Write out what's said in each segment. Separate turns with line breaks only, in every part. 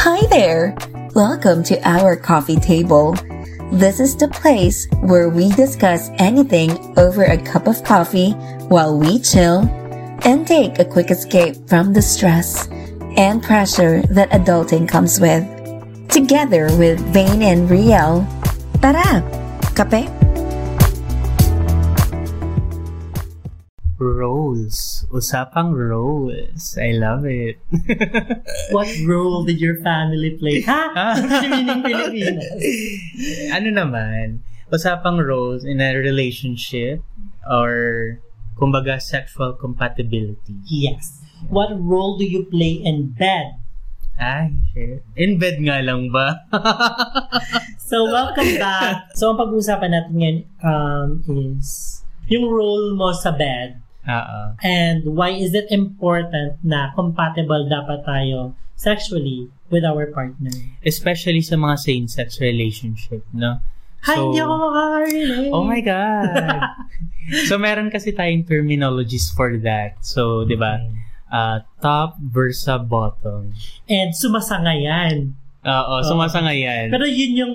Hi there! Welcome to our coffee table. This is the place where we discuss anything over a cup of coffee while we chill and take a quick escape from the stress and pressure that adulting comes with. Together with Vane and Riel, tara! Kape?
Roles. Usapang roles. I love it.
What role did your family play? Ha?
Ah.
Meaning Ah, Pilipinas.
ano naman, usapang roles in a relationship or kumbaga sexual compatibility.
Yes. What role do you play in bed?
Ay, shit. In bed nga lang ba?
So, welcome back. So, ang pag-uusapan natin ngayon um, is yung role mo sa bed
Oo.
and why is it important na compatible dapat tayo sexually with our partner.
Especially sa mga same-sex relationship, no?
Hi,
So-
hindi ako makakarelate.
Oh my God! so, meron kasi tayong terminologies for that. So, di ba? Uh, top versus bottom.
And sumasangayan.
Oo, sumasanga yan.
Pero yun yung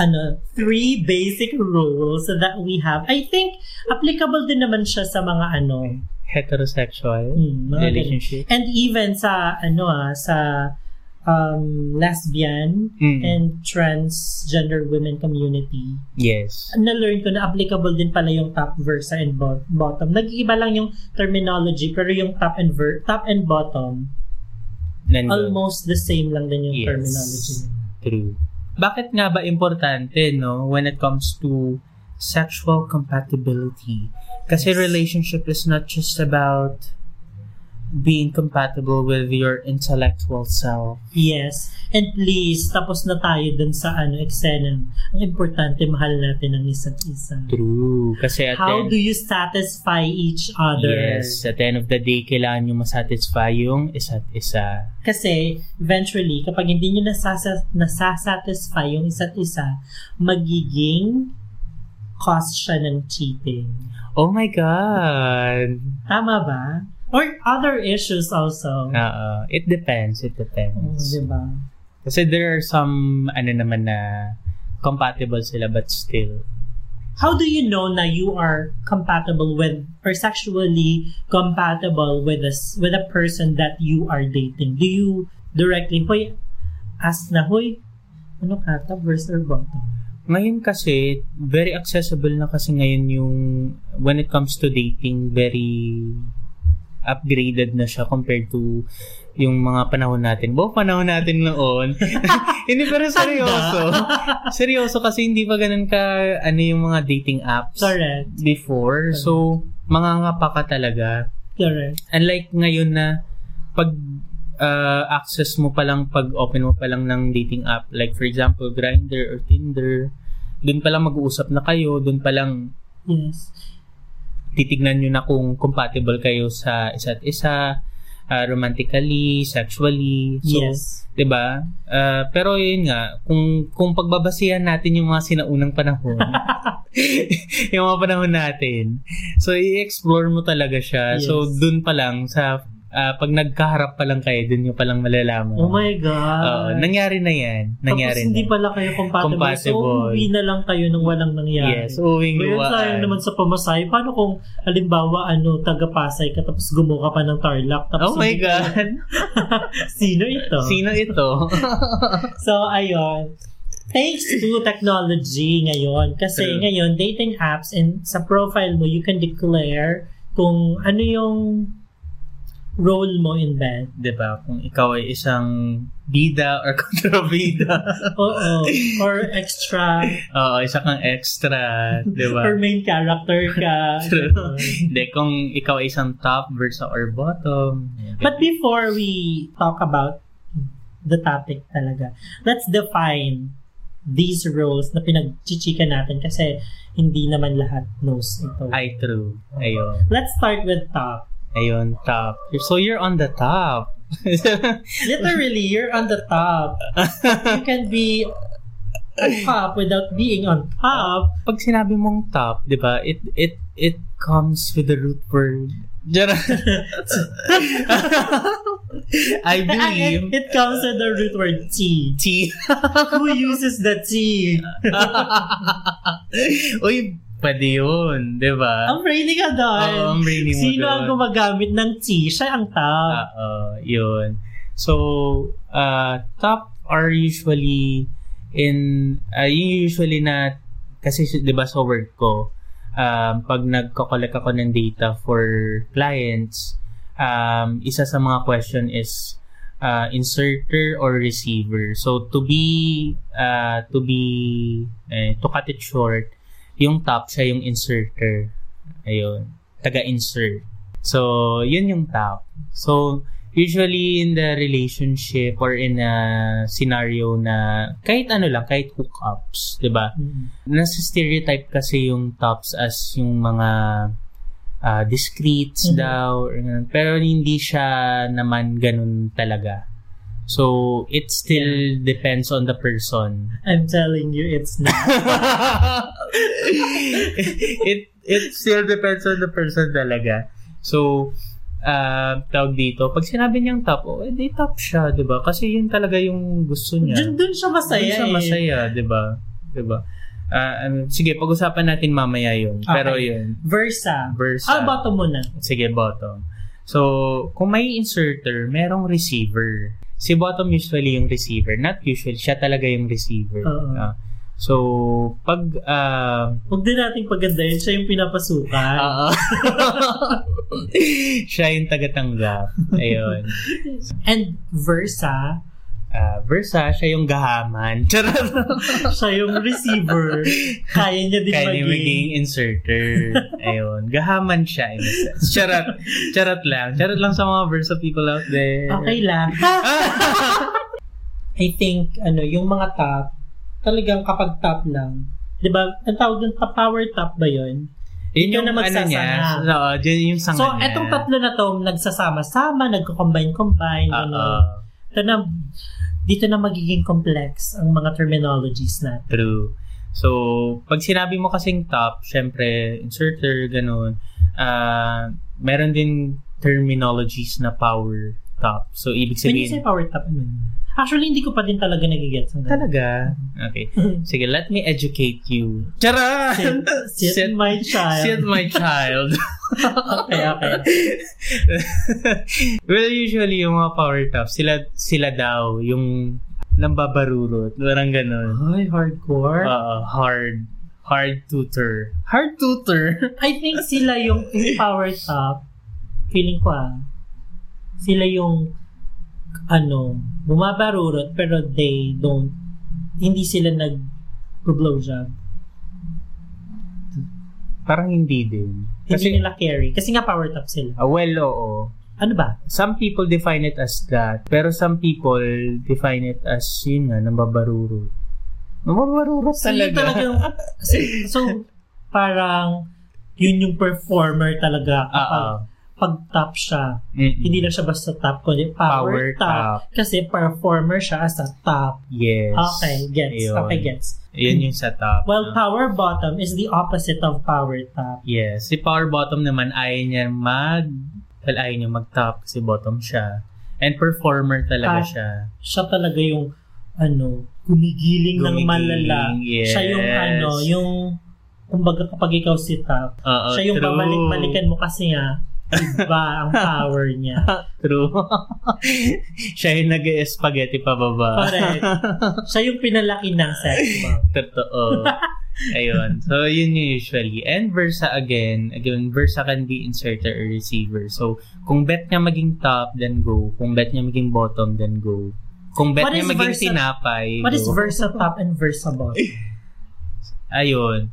ano, three basic rules that we have. I think applicable din naman siya sa mga ano,
Heterosexual
mm, mga ganun.
relationship.
And even sa ano ah, sa um, lesbian
Mm.
and transgender women community.
Yes.
Na-learn ko na applicable din pala yung top versa and bo- bottom. Nag-iiba lang yung terminology pero yung top and ver- top and bottom
Nandun.
almost the same lang din yung
Mm. Yes.
terminology.
True. Bakit nga ba importante, no, when it comes to sexual compatibility? Kasi relationship is not just about being compatible with your intellectual self.
Yes. And please, tapos na tayo dun sa ano, eksena. Ang importante, mahal natin ang isa't isa.
True. Kasi at
How
the
do
end,
you satisfy each other?
yes, at the end of the day, kailangan nyo masatisfy yung isa't isa.
Kasi, eventually, kapag hindi nyo nasasa- nasasatisfy yung isa't isa, magiging cause siya ng cheating.
Oh my God!
Tama ba? Or other issues also.
Oo. It depends. It
Oh,
depends.
diba?
Kasi there are some, ano naman na, compatible sila but still.
How do you know na you are compatible with or sexually compatible with a, s- with a person that you are dating? Do you directly, hoy, ask na, hoy, ano ka, top verse or bottom?
Ngayon kasi, very accessible na kasi ngayon yung, when it comes to dating, very upgraded na siya compared to yung mga panahon natin. Bo, panahon natin noon. hindi, pero seryoso. seryoso kasi hindi pa ganun ka, ano yung mga dating apps
Correct,
before. So, mangangapa ka talaga.
correct.
unlike ngayon na pag uh, access mo pa lang pag open mo pa lang ng dating app like for example Grindr or Tinder doon pa lang mag-uusap na kayo doon pa lang
Yes.
titignan nyo na kung compatible kayo sa isa't isa uh, romantically sexually so
yes.
'di ba Uh, pero yun nga kung kung pagbabasehan natin yung mga sinaunang panahon yung mga panahon natin so i-explore mo talaga siya
Yes.
so dun pa lang sa ah, pag nagkaharap pa lang kayo dun yung palang malalaman
Oh my God.
Oo, nangyari na yan uh, nangyari
Tapos hindi
na
pala kayo compatible.
Compatible.
So, uwi na lang kayo nang walang nangyari.
yes uwing
Ngayon
luwaan
sayang naman sa pamasahe. Paano kung, halimbawa, ano, taga-Pasay ka, tapos gumawa ka pa ng Tarlac. Tapos
oh my
hindi-
god
Sino ito?
sino ito
So, ayun. Thanks to technology ngayon. Kasi
True.
ngayon, dating apps and sa profile mo, you can declare kung ano yung role mo in bed.
'di ba Diba? kung ikaw ay isang bida or kontrabida
Oo. Or extra.
oo isa kang extra diba? 'di ba
Or main character ka.
True.
Ganun.
Hindi, kung ikaw ay isang top versus or bottom.
But before we talk about the topic talaga, let's define these roles na pinagchichika natin kasi hindi naman lahat knows ito.
ay, true. Ayun.
Let's start with top.
Ayun, top. So, you're on the top.
Literally, you're on the top. You can be on top without being on top.
Pag sinabi mong top, di ba, it, it, it comes with the root word Jar- I believe
It comes with the root word T.
T.
Who uses the T?
Uy, pwede yun, di ba?
Ang brainy ka doon.
Oo, ang brainy mo Ah.
Sino ang
doon.
gumagamit ng T? Siya ang top.
Oo, yun. So, uh, top are usually in, uh, yun usually na, kasi si- di ba sa work ko, um, pag nagko-collect ako ng data for clients, um, isa sa mga question is uh, inserter or receiver. So, to be, uh, to be, eh, to cut it short, yung top siya yung inserter. Ayun. Taga-insert. So, yun yung top. So, usually in the relationship or in a scenario na kahit ano lang, kahit hookups, di ba?
Mm.
Nasa-stereotype kasi yung tops as yung mga ah, discreets
Mhm.
daw. Or, ganun. pero hindi siya naman ganun talaga. So, it still depends on the person.
I'm telling you, it's not.
it it still depends on the person talaga. So, uh, tawag dito, pag sinabi niyang top, oh, eh, di top siya, di ba? Kasi yun talaga yung gusto niya.
Dun, dun siya masaya
Doon siya
eh.
masaya, di ba? Di ba? Ah, ano, sige, pag-usapan natin mamaya yun. Pero
Okay.
yun,
Versa.
verse.
Ah, bottom mo na.
Sige, bottom. So, kung may inserter, merong receiver. Si bottom usually yung receiver. Not usually, siya talaga yung receiver.
Oo.
Ah. so, pag... ah,
Huwag din nating pagandahin. Siya yung pinapasukan.
Oo. siya yung tagatanggap. Ayun.
And versa,
Ah, Versa, siya yung gahaman. Charot.
siya yung receiver. Kaya niya din
Kaya niya
maging.
maging inserter. Ayun. Gahaman siya in a sense. Charot. Charot lang. Charot lang sa mga Versa people out there.
Okay lang. I think, ano, yung mga top, talagang kapag top lang, di ba, ang tawag dun, pa- power top ba yun?
Yun
Ikaw
yung
na
ano niya.
magsasanga.
Oo, yun yung sanga
so,
niya.
etong tatlo na to, nagsasama-sama, nagko-combine-combine,
Oo.
ano. Ito na, dito na magiging complex ang mga terminologies natin.
True. So, pag sinabi mo kasing top, syempre, inserter, ganun, ah, meron din terminologies na power top. So, ibig
When you
sabihin,
say power top, ano yun? Actually, hindi ko pa din talaga nagigets. ang ganun.
talaga? Okay. Sige, let me educate you. Tara!
Sit, sit,
Sit-
my child.
Sit my child.
Okay, okay.
well, usually, yung mga power top, sila, sila daw, yung nambabarurot. Parang ganun.
Ay, hardcore.
Uh, hard. Hard tutor. Hard tutor?
I think sila yung yung power top. Feeling ko ah. Sila yung ano, bumabarurot pero they don't hindi sila nag blow job.
Parang hindi din.
Hindi
Kasi,
nila carry. Kasi nga power top sila.
ah, well, oo.
Ano ba?
Some people define it as that. Pero some people define it as, yun nga, nambabarurot. Nambabarurot
So,
talaga.
yun talaga yung, so, so, parang yun yung performer talaga kapag
Oo.
pag top siya.
Mm-mm.
Hindi lang siya basta top, kundi
Power
power, top.
top.
Kasi performer siya as a top.
Yes.
Okay, gets.
Ayun.
Okay, gets.
Yun yung sa top.
Well,
Ah.
power bottom is the opposite of power top.
yes. Si power bottom naman, ayaw niya mag... Well, ayaw niya mag-top kasi bottom siya. And performer talaga
Ah.
siya.
Siya talaga yung ano, gumigiling, ng
Gumigiling,
malala.
yes.
Siya yung ano, yung kumbaga kapag ikaw si top,
Oo,
siya yung
Oh, true.
babalik-balikan mo kasi nga iba ang power niya.
True. siya yung nag-spaghetti pababa.
Correct. siya yung pinalaki ng sex mo.
Totoo. Ayun. So, yun yung usually. And Versa again, again, Versa can be inserter or receiver. So, kung bet niya maging top, then go. Kung bet niya maging bottom, then go. Kung bet
What
niya
is
maging
Versa-
tinapay,
What is
go.
versa top and versa bottom?
Ayun.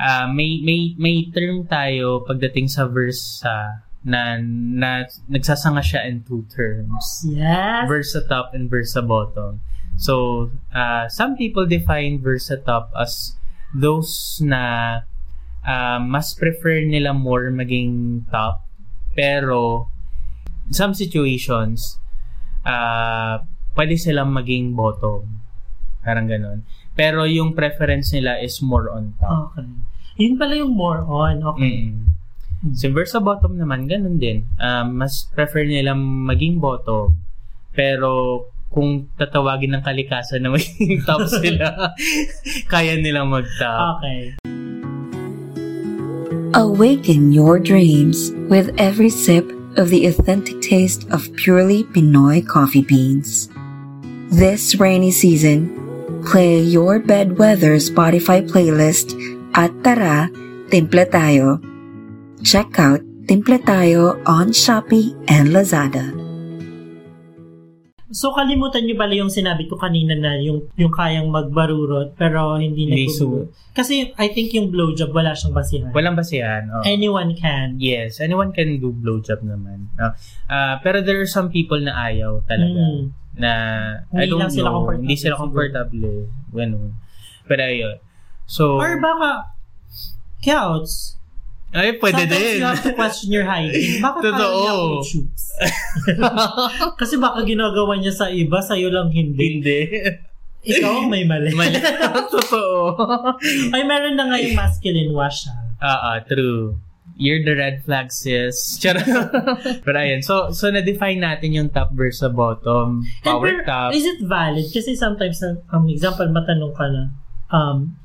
Ah, may, may, may term tayo pagdating sa Versa na, na nagsasanga siya in two terms.
Yes.
Versa top and Versa bottom. So, uh, some people define Versa top as those na uh, mas prefer nila more maging top. Pero, some situations, uh, pwede silang maging bottom. Parang ganun. Pero yung preference nila is more on top.
Okay. Yun pala yung more on. Okay.
Mm. So, versa bottom naman, ganun din. Ah, mas prefer nila maging bottom. Pero, kung tatawagin ng kalikasan na maging top sila, kaya nila mag-top.
Okay.
Awaken your dreams with every sip of the authentic taste of purely Pinoy coffee beans. This rainy season, play your bedweather Spotify playlist at tara, timple tayo. Check out Timple Tayo on Shopee and Lazada.
So, kalimutan nyo pala yung sinabi ko kanina na yung, yung kayang magbarurot pero hindi
Hindi
nagbubuo. Kasi I think yung blowjob, wala siyang basihan.
Walang basihan. oo.
Anyone can.
Yes, anyone can do blowjob naman. Ah, ah, pero there are some people na ayaw talaga.
Mm.
Na, I
Hindi
don't
lang sila
know,
comfortable
hindi sila
siguro.
comfortable. eh. Ganun. Pero ayun. So,
Or baka, counts.
ay, pwede
Sometimes
din.
you have to question your hygiene. Baka
Totoo.
kaya niya ako shoots. Kasi baka ginagawa niya sa iba, sa'yo lang hindi.
hindi.
Ikaw ang may mali.
Mali. Totoo.
Ay, meron na nga yung masculine wash ha.
Ah, ah, true. You're the red flag, sis. Charot. Pero ayun, so, so na-define natin yung top versus bottom.
And
Power
pero,
top.
Is it valid? Kasi sometimes, um, example, matanong ka na, um,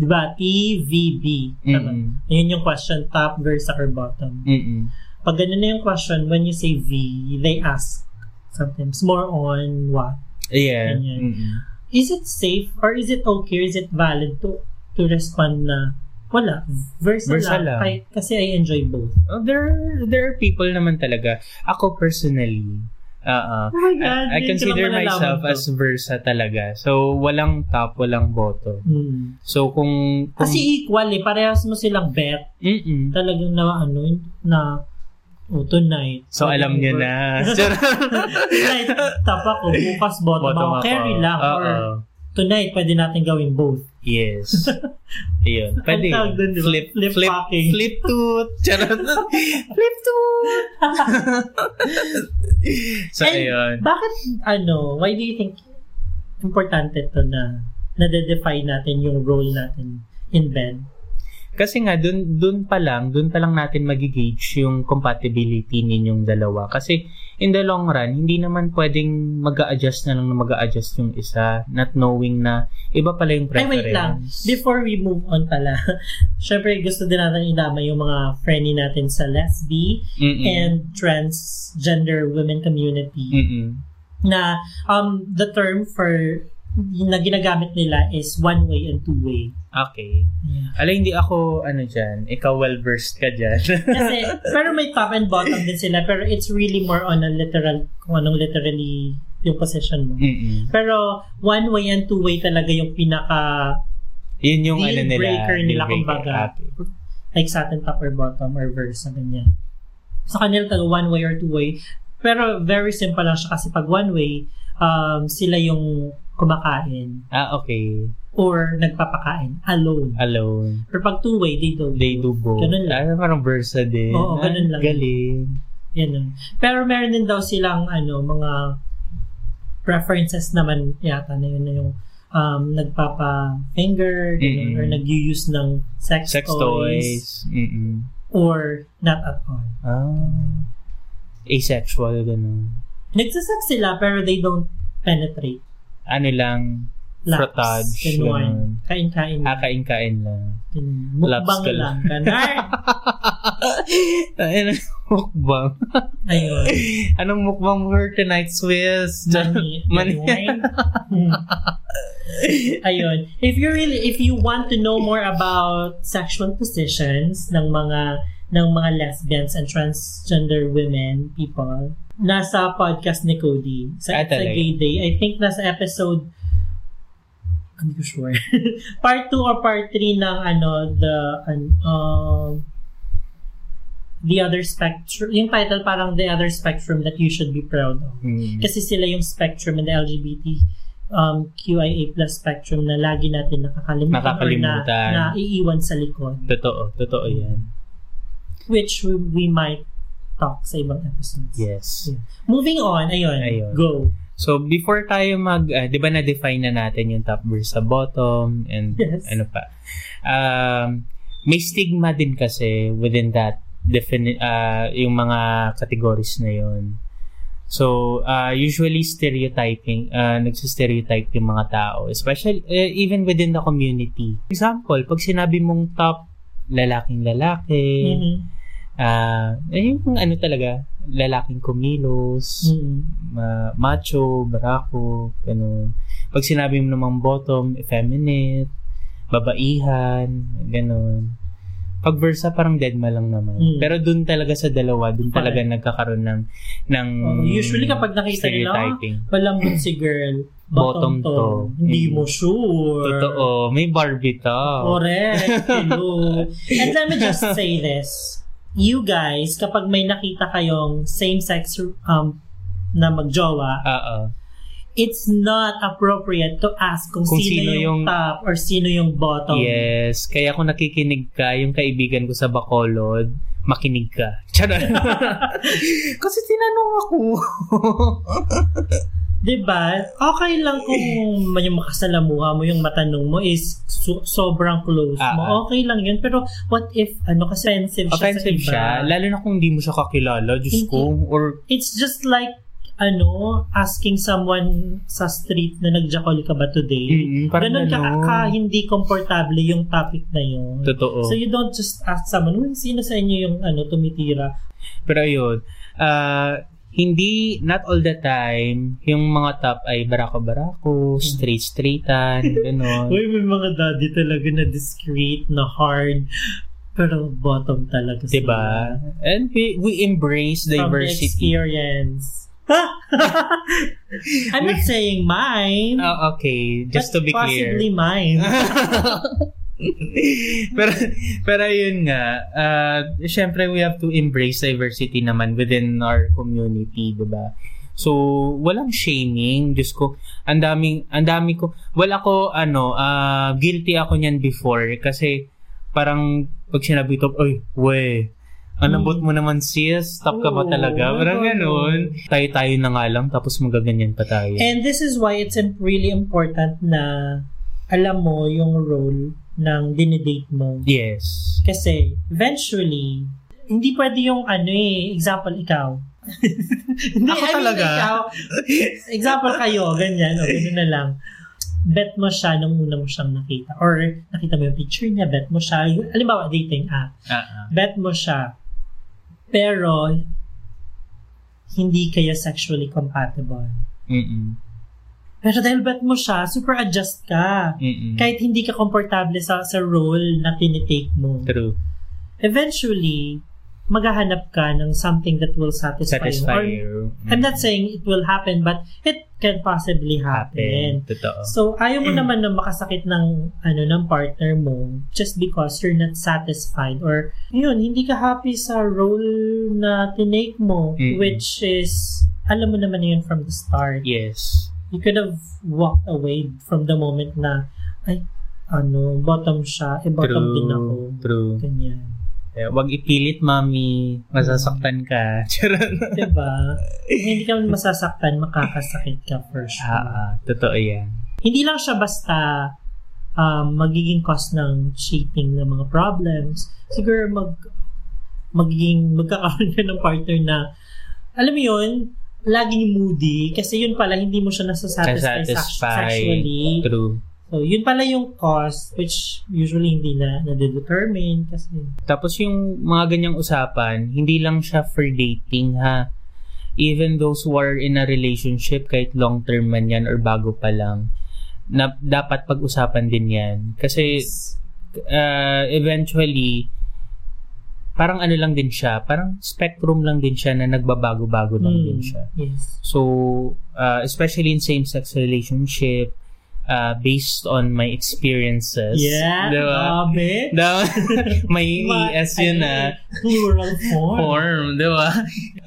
di ba, TVB.
Mm.
Tama?
Mm-mm.
Yun yung question, top versus or bottom.
Mm-mm.
Pag ganun na yung question, when you say V, they ask sometimes more on what?
Yeah.
Ganyan.
Mm-mm.
Is it safe or is it okay? Is it valid to to respond na wala, versa,
Versa
lang.
lang.
Kahit- kasi I enjoy both.
Oh, there, there are people naman talaga. Ako personally, ah, ah,
Oh my God,
I, I
hindi ko
consider
lang malalaman
myself
to.
as versa talaga. So, walang top, walang bottom.
Mm.
So, kung... kung
Kasi equal eh, parehas mo silang bet.
Mm-mm.
talagang na ano yun, na oh, tonight.
So, alam niyo
Whatever.
na. Charot.
tonight, tap ako. Bukas, bottom,
Bottom
ako.
up,
Carry
oh.
lang.
Oo.
Or tonight, pwede natin gawin both.
Yes. Ayun. Pwede.
Ang tawag dun, di ba?
Flip,
Flip
flip,
fucking.
flip tooth. Charot. flip tooth. so,
And
ayun.
Bakit, ano, why do you think importante to na nadedefine natin yung role natin in bed?
Kasi nga, dun, dun pa lang, dun pa lang natin magigauge yung compatibility ninyong dalawa. Kasi, in the long run, hindi naman pwedeng mag adjust na lang na mag adjust yung isa, not knowing na iba pala yung
Ay,
preference.
wait lang. Before we move on pala, syempre gusto din natin idama yung mga friendly natin sa lesbi
Mm-mm.
and transgender women community.
Mm-mm.
na um the term for na ginagamit nila is one way and two way.
Okay. Ala, hindi ako, ano dyan, ikaw well-versed ka dyan.
Kasi pero may top and bottom din sila pero it's really more on a literal kung anong literally yung position mo.
Mm-mm.
Pero one way and two way talaga yung pinaka
Yun yung
Deal
ano nila.
breaker nila,
deal breaker.
kumbaga.
Okay.
like sa atin top or bottom or verse na ganyan. Sa kanila taga one way or two way. Pero very simple lang siya kasi pag one way um, sila yung kumakain
Ah, okay.
or nagpapakain alone.
Alone.
Pero pag two-way, they do.
They do both.
Ganun lang.
Ah, parang versa din.
Oo,
Ah,
ganun lang.
Galing.
Yan lang. Pero meron din daw silang ano, mga preferences naman yata na yun na yung um, nagpapa-finger ganun,
Mm-mm.
or nag-use ng sex,
Sex
toys,
toys. Mm-mm.
or not at all.
Ah. Asexual, ganun.
Nagsasex sila pero they don't penetrate.
Ano lang,
Laps,
Frotage, ganun.
Ganun. Kain-kain. lang.
akain-kain lang.
Ganun.
laps
Mukbang
ka
lang. Ganar.
Ayun, mukbang.
Ayun.
Anong mukbang for tonight's Swiss?
Money.
Mani.
Mm. Ayun. If you really, if you want to know more about sexual positions ng mga ng mga lesbians and transgender women people, nasa podcast ni Cody sa
Ah,
It's a
talaga?
Gay Day. I think nasa episode I'm not sure. part 2 or part 3 ng ano the an- um the other spectrum yung title parang the other spectrum that you should be proud of
Mm.
kasi sila yung spectrum ng LGBT um, QIA plus spectrum na lagi natin nakakalimutan,
Nakakalimutan.
or na, na iiwan sa likod
Totoo, totoo yan.
which we, we might talk sa ibang episodes.
Yes.
Moving on, ayun,
Ayun.
go.
So, before tayo mag, ah, di ba na-define na natin yung top versus sa bottom and
Yes.
ano pa. ano Um, may stigma din kasi within that defini- uh, yung mga categories na yon. So, uh, usually stereotyping, uh, nagsistereotype yung mga tao, especially uh, even within the community. Example, pag sinabi mong top lalaking lalaki,
Mm-hmm.
ah, eh, yung ano talaga, lalaking kumilos,
Mm-hmm.
ma- macho, barako, ganun. Pag sinabi mo namang bottom, effeminate, babaihan, ganun. Pag versa, parang deadma lang naman.
Mm.
Pero dun talaga sa dalawa, dun talaga
Correct.
nagkakaroon ng, ng
Oh, usually kapag nakita nila,
stereotyping.
Walang si girl.
Bottom
Bottom,
to.
to. Hindi
Mm.
mo sure.
Totoo, may Barbie to.
Correct. Hello. And let me just say this. You guys, kapag may nakita kayong same-sex um, na magjowa,
Oo.
it's not appropriate to ask kung,
Kung sino
sino, yung,
yung-
top or sino yung bottom.
Yes. Kaya kung nakikinig ka, yung kaibigan ko sa Bacolod, makinig ka. Charot. Kasi tinanong ako.
Diba? Okay lang kung yung makasalamuha mo, yung matanong mo is so- sobrang close mo.
Ah, ah.
Okay lang yun. Pero what if, ano, kasi offensive siya
Offensive
sa iba.
siya. Lalo na kung hindi mo siya kakilala, Diyos
Hindi.
ko. Or,
It's just like, ano, asking someone sa street na nagjakol ka ba
mm,
today.
parang
Ganun ka,
ganun.
ka hindi komportable yung topic na yun.
Totoo.
So you don't just ask someone, "Uy, sino sa inyo yung ano, tumitira?
Pero yun, ah, hindi, not all the time, yung mga top ay barako-barako, straight-straightan, gano'n.
Hmm. Uy, may mga daddy talaga na discreet, na hard, pero bottom talaga sila.
diba? And we, we embrace
From
diversity.
experience. I'm not saying mine.
Ah, okay, just to
but
be clear.
Possibly mine.
pero pero yun nga, uh, syempre we have to embrace diversity naman within our community, 'di ba? So, walang shaming, Diyos ko. Ang daming ang dami ko. Well, ako ano, ah, guilty ako niyan before kasi parang pag sinabi ito, oy, we. Ang lambot mo naman sis, stop ka ba
Hmm. Oo,
talaga? Parang
ano.
ganun. Tayo-tayo na nga lang, tapos magaganyan pa tayo.
And this is why it's im- really important na alam mo yung role ng dinidate mo.
yes.
Kasi eventually, hindi pwede yung ano eh, example ikaw. hindi,
Ako talaga?
ikaw, example kayo, ganyan, o ganyan na lang. Bet mo siya nung una mo siyang nakita. Or nakita mo yung picture niya, bet mo siya. Yung- Halimbawa, dating app.
Ah, ah.
Bet mo siya. Pero, hindi kayo sexually compatible.
Mm-mm.
Pero dahil bet mo siya, super adjust ka.
Mm-mm.
Kahit hindi ka komportable sa, sa role na tinitake mo.
True.
Eventually, maghahanap ka ng something that will satisfy,
satisfy
you. Or,
you.
I'm not saying it will happen, but it can possibly
happen.
happen.
Mm. Totoo.
So, ayaw mo naman na makasakit ng, ano, ng partner mo just because you're not satisfied or, yun, hindi ka happy sa role na tinake mo,
Mm-mm.
which is, alam mo naman na yun from the start
Yes.
you could have walked away from the moment na, ay, ano, bottom siya, eh, bottom
True.
din ako.
True.
Ganyan.
Eh, wag ipilit, mami. Masasaktan ka. Charot.
Diba? Kung hindi ka masasaktan, makakasakit ka
ah,
for sure.
ah, totoo yan.
Hindi lang siya basta um, magiging cause ng cheating ng mga problems. Siguro mag magiging magkakaroon ka ng partner na alam mo yun, laging moody kasi yun pala hindi mo siya nasasatisfy sex-
Satisfy.
sexually.
True.
So, yun pala yung cost which usually hindi na nade-determine kasi
Tapos yung mga ganyang usapan, hindi lang siya for dating ha. Even those who are in a relationship, kahit long term man yan or bago pa lang, na, dapat pag-usapan din yan. Kasi uh, eventually, parang ano lang din siya, parang spectrum lang din siya na nagbabago-bago lang
Hmm,
din siya.
Yes.
So, uh, especially in same-sex relationship, uh, based on my experiences.
Yeah,
Di ba?
grabe.
Da- may
Ma-
ES yun
ay,
na Oh.
Plural form.
form, di ba?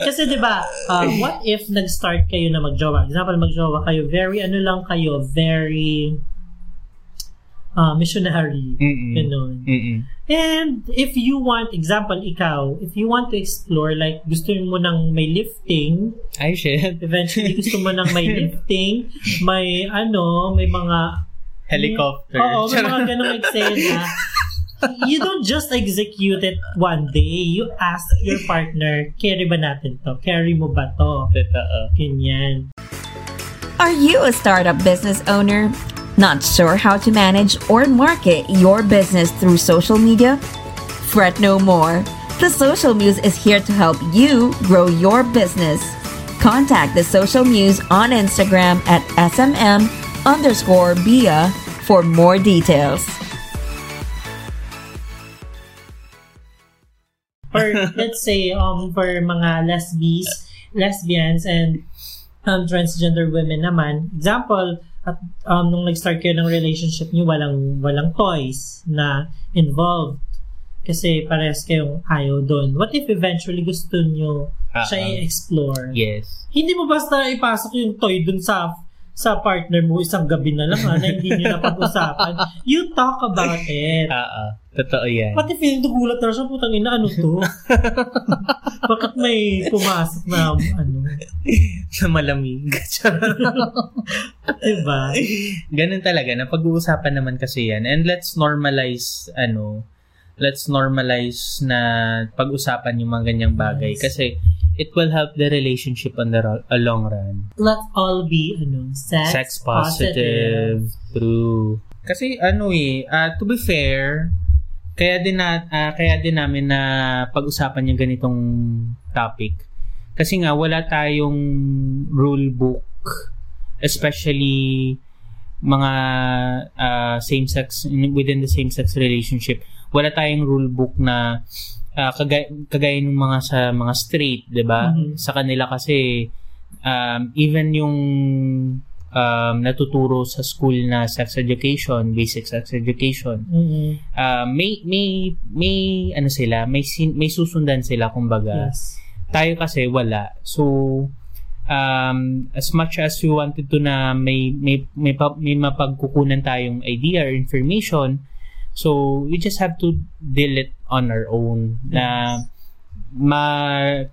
Kasi 'di ba, uh, what if nag-start kayo na magjowa? Example, magjowa kayo, very ano lang kayo, very uh, missionary.
Mm-mm.
Ganun.
Mm-mm.
And if you want, example, ikaw, if you want to explore, like gusto mo ng may lifting,
Ay, shit.
Eventually, gusto mo nang may lifting, may ano, may mga...
Helicopter.
Oo, may
Charot.
mga ganong eksena. you don't just execute it one day. You ask your partner, carry ba natin to? Carry mo ba to?
Totoo.
Ganyan.
Are you a startup business owner? Not sure how to manage or market your business through social media? Fret no more. The Social Muse is here to help you grow your business. Contact the Social Muse on Instagram at SMM underscore Bia for more details.
Or let's say, um, for mga lesbies, lesbians, and um, transgender women naman, example, at um, nung nag-start kayo ng relationship niyo, walang, walang toys na involved. Kasi parehas kayong ayaw doon. What if eventually gusto niyo
Ah, ah.
siya i-explore?
Yes.
Hindi mo basta ipasok yung toy dun sa sa partner mo isang gabi na lang ha, na hindi niyo napag-usapan. You talk about it.
Ah, ah. Totoo yan.
Pati feeling nagulat na siya, putang ina, ano to? Bakit may pumasok na ano?
Na malamig.
Diba?
Ganun talaga. Napag-uusapan naman kasi yan. And let's normalize, ano, let's normalize na pag-usapan yung mga ganyang bagay.
Yes.
Kasi it will help the relationship on the ro- a long run.
Let's all be, ano, sex,
Sex positive. True. Kasi ano eh, ah, to be fair, kaya din na, ah, kaya din namin na pag-usapan yung ganitong topic. Kasi nga wala tayong rule book especially mga ah, same-sex within the same-sex relationship. Wala tayong rule book na ah, kagaya, kagaya ng mga sa mga straight, 'di ba?
Mhm.
Sa kanila kasi um, even yung um, natuturo sa school na sex education, basic sex education,
Mm-mm.
ah, may may may ano sila, may sin- may susundan sila kumbaga.
Yes.
Tayo kasi wala. So um, as much as we wanted to na may may may, pa, may mapagkukunan tayong idea or information, so we just have to deal it on our own na ma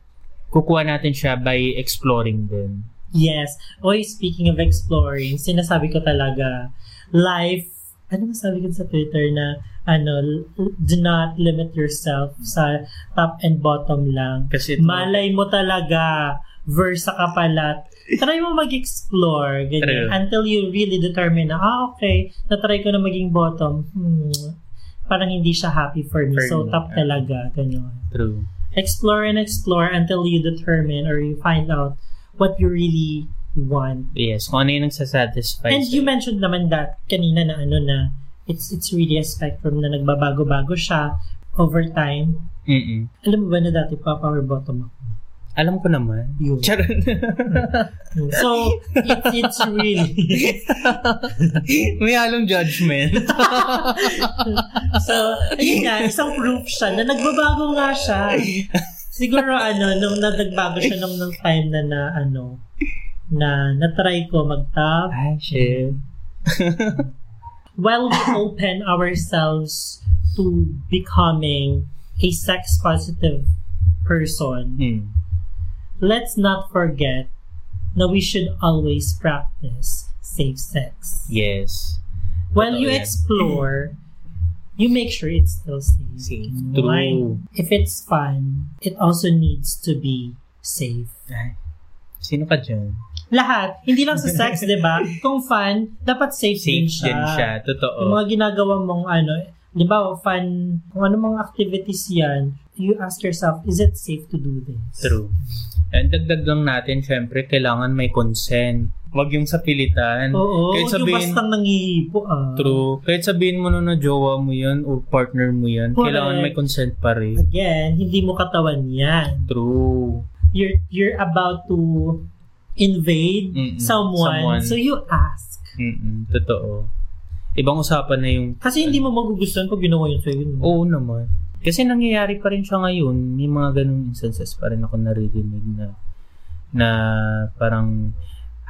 kukuha natin siya by exploring them.
Yes. Oy, speaking of exploring, sinasabi ko talaga, life, ano masabi ko sa Twitter na, ano, l- do not limit yourself sa top and bottom lang.
Kasi ito-
Malay mo talaga, versa ka pala. Try mo mag-explore, ganyan,
True.
until you really determine na, ah, okay, natry ko na maging bottom, hmm, parang hindi siya happy for me,
For
so
me, ah.
top talaga, ganyan
True.
explore and explore until you determine or you find out what you really want.
Yes, kung ano yung nagsasatisfy
And
sa'yo.
you mentioned naman that kanina na ano na it's it's really a spectrum na nagbabago-bago siya over time.
Mm-mm.
Alam mo ba na dati pa power bottom ako?
Alam ko naman.
Yun.
Charot.
So, it's, it's really...
May halong judgment.
So, ayun nga, isang proof siya na nagbabago nga siya. Siguro ano, nung na- nagbago siya nung, nung time na na ano, na na-try ko mag-top.
Ay, Ah, shit.
While we open ourselves to becoming a sex-positive person,
Hmm.
let's not forget that we should always practice safe sex.
Yes.
While
Totoo
you
yan.
explore, you make sure it's still safe.
Safe.
You know
True.
why? If it's fun, it also needs to be safe.
Ay, sino ka dyan?
Lahat. Hindi lang sa sex, di ba? Kung fun, dapat safe,
Safe
din siya.
din siya.
Yung
Totoo.
mga ginagawa mong ano, di ba, fun, kung ano mga activities yan, you ask yourself, is it safe to do this?
True. And dagdag lang natin, syempre, kailangan may consent. Huwag yung sa pilitan.
Oo,
Kahit
yung
sabihin-
bastang nangihipo. Ah.
True. Kahit sabihin mo na na jowa mo yun o partner mo yun,
Correct.
kailangan may consent pa rin.
Again, hindi mo katawan yan.
True.
you're you're about to invade
Mm-mm. Someone.
someone, so you ask
Mm-mm. Totoo. Ibang usapan na yung
kasi hindi mo magugustuhan kung ginawa yun sa'yo no?
Oo naman. Kasi nangyayari pa rin siya ngayon. May mga ganung instances pa rin ako naririnig na na parang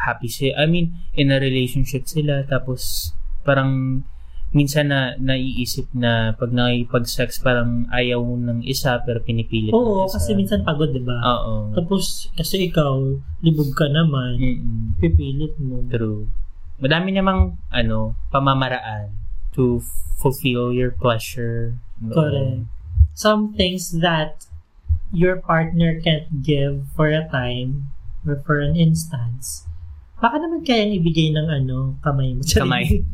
happy si I mean, in a relationship sila tapos parang minsan na naiisip na pag nakipag-sex parang ayaw ng isa pero pinipilit ng
oo
isa.
kasi minsan pagod diba
Oo.
tapos kasi ikaw libog ka naman
Mm-mm.
pipilit mo
True. Madami namang ano, pamamaraan to f- fulfill your pleasure Oo.
Correct. Some things that your partner can't give for a time or for an instance, baka naman kayang ibigay ng ano, kamay mo.
Kamay.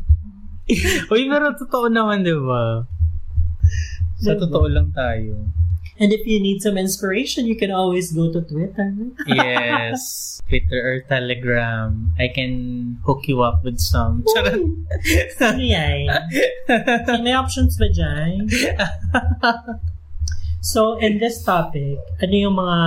Uy, pero totoo naman, di ba? Sa
Diba?
totoo lang tayo.
And if you need some inspiration, you can always go to Twitter.
Yes. Twitter or Telegram. I can hook you up with some. Charot.
Ano yan? May options ba dyan? So, in this topic, ano yung mga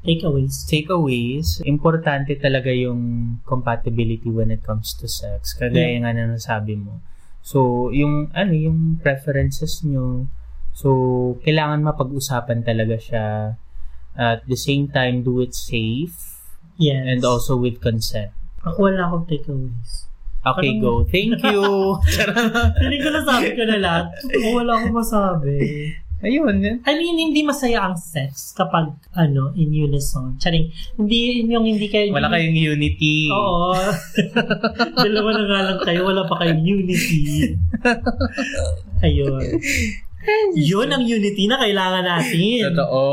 takeaways?
Takeaways, importante talaga yung compatibility when it comes to sex. Kagaya nga na nasabi mo. So, yung ano, yung preferences nyo. So, kailangan mapag-usapan talaga siya. At the same time, do it safe
Yes.
and also with consent.
Ako wala akong takeaways.
Okay,
Anong-
go. Thank you. Charot.
Hindi ko nasabi ko na lahat. Totoo, wala akong masabi.
Ayun, yun.
I mean, hindi masaya ang sex kapag, ano, in unison. Charing, hindi, yun yung hindi kayo...
Wala kayong unity.
Oo. Dalawa na nga lang kayo, wala pa kayong unity. Ayun. Yun ang unity na kailangan natin.
Totoo.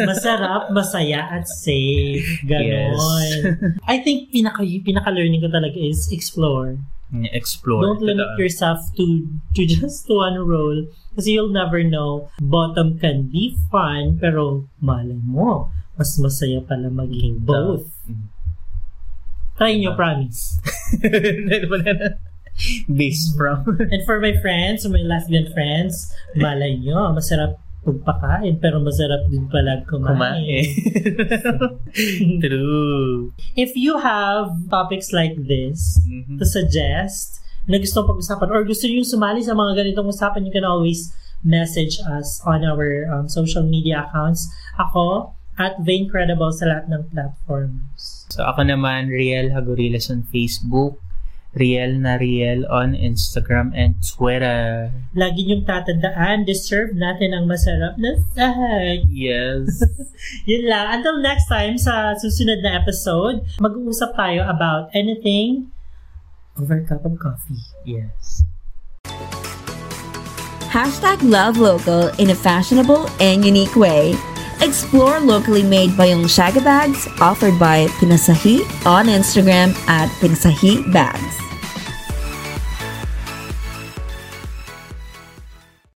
Masarap, masaya, at safe. Ganon.
Yes.
I think pinaka, pinaka-learning ko talaga is explore.
Mm-hmm. Explore.
Don't limit
Totoo.
yourself to to just one role kasi you'll never know. Bottom can be fun pero malay mo, mas masaya pala maging both.
Mm.
Try nyo, promise.
Wala na. Base from.
And for my friends, my lesbian friends, malay nyo, masarap pagpakain pero masarap din pala
Kumain.
kumain.
True.
If you have topics like this
Mhm.
to suggest na gusto pag-usapan or gusto nyo sumali sa mga ganitong usapan, you can always message us on our um, social media accounts. Ako, at Vaincredible sa lahat ng platforms.
So ako naman, Riel Hagorilas on Facebook. Riel na Riel on Instagram and Twitter.
Lagi nyong tatandaan, deserve natin ang masarap na sex.
Yes.
Yun lang. Until next time, sa susunod na episode, mag-uusap tayo about anything over a cup of coffee.
yes.
Hashtag love local in a fashionable and unique way. Explore locally made Bayong Shaga bags offered by Pinasahi on Instagram at Pinasahi Bags.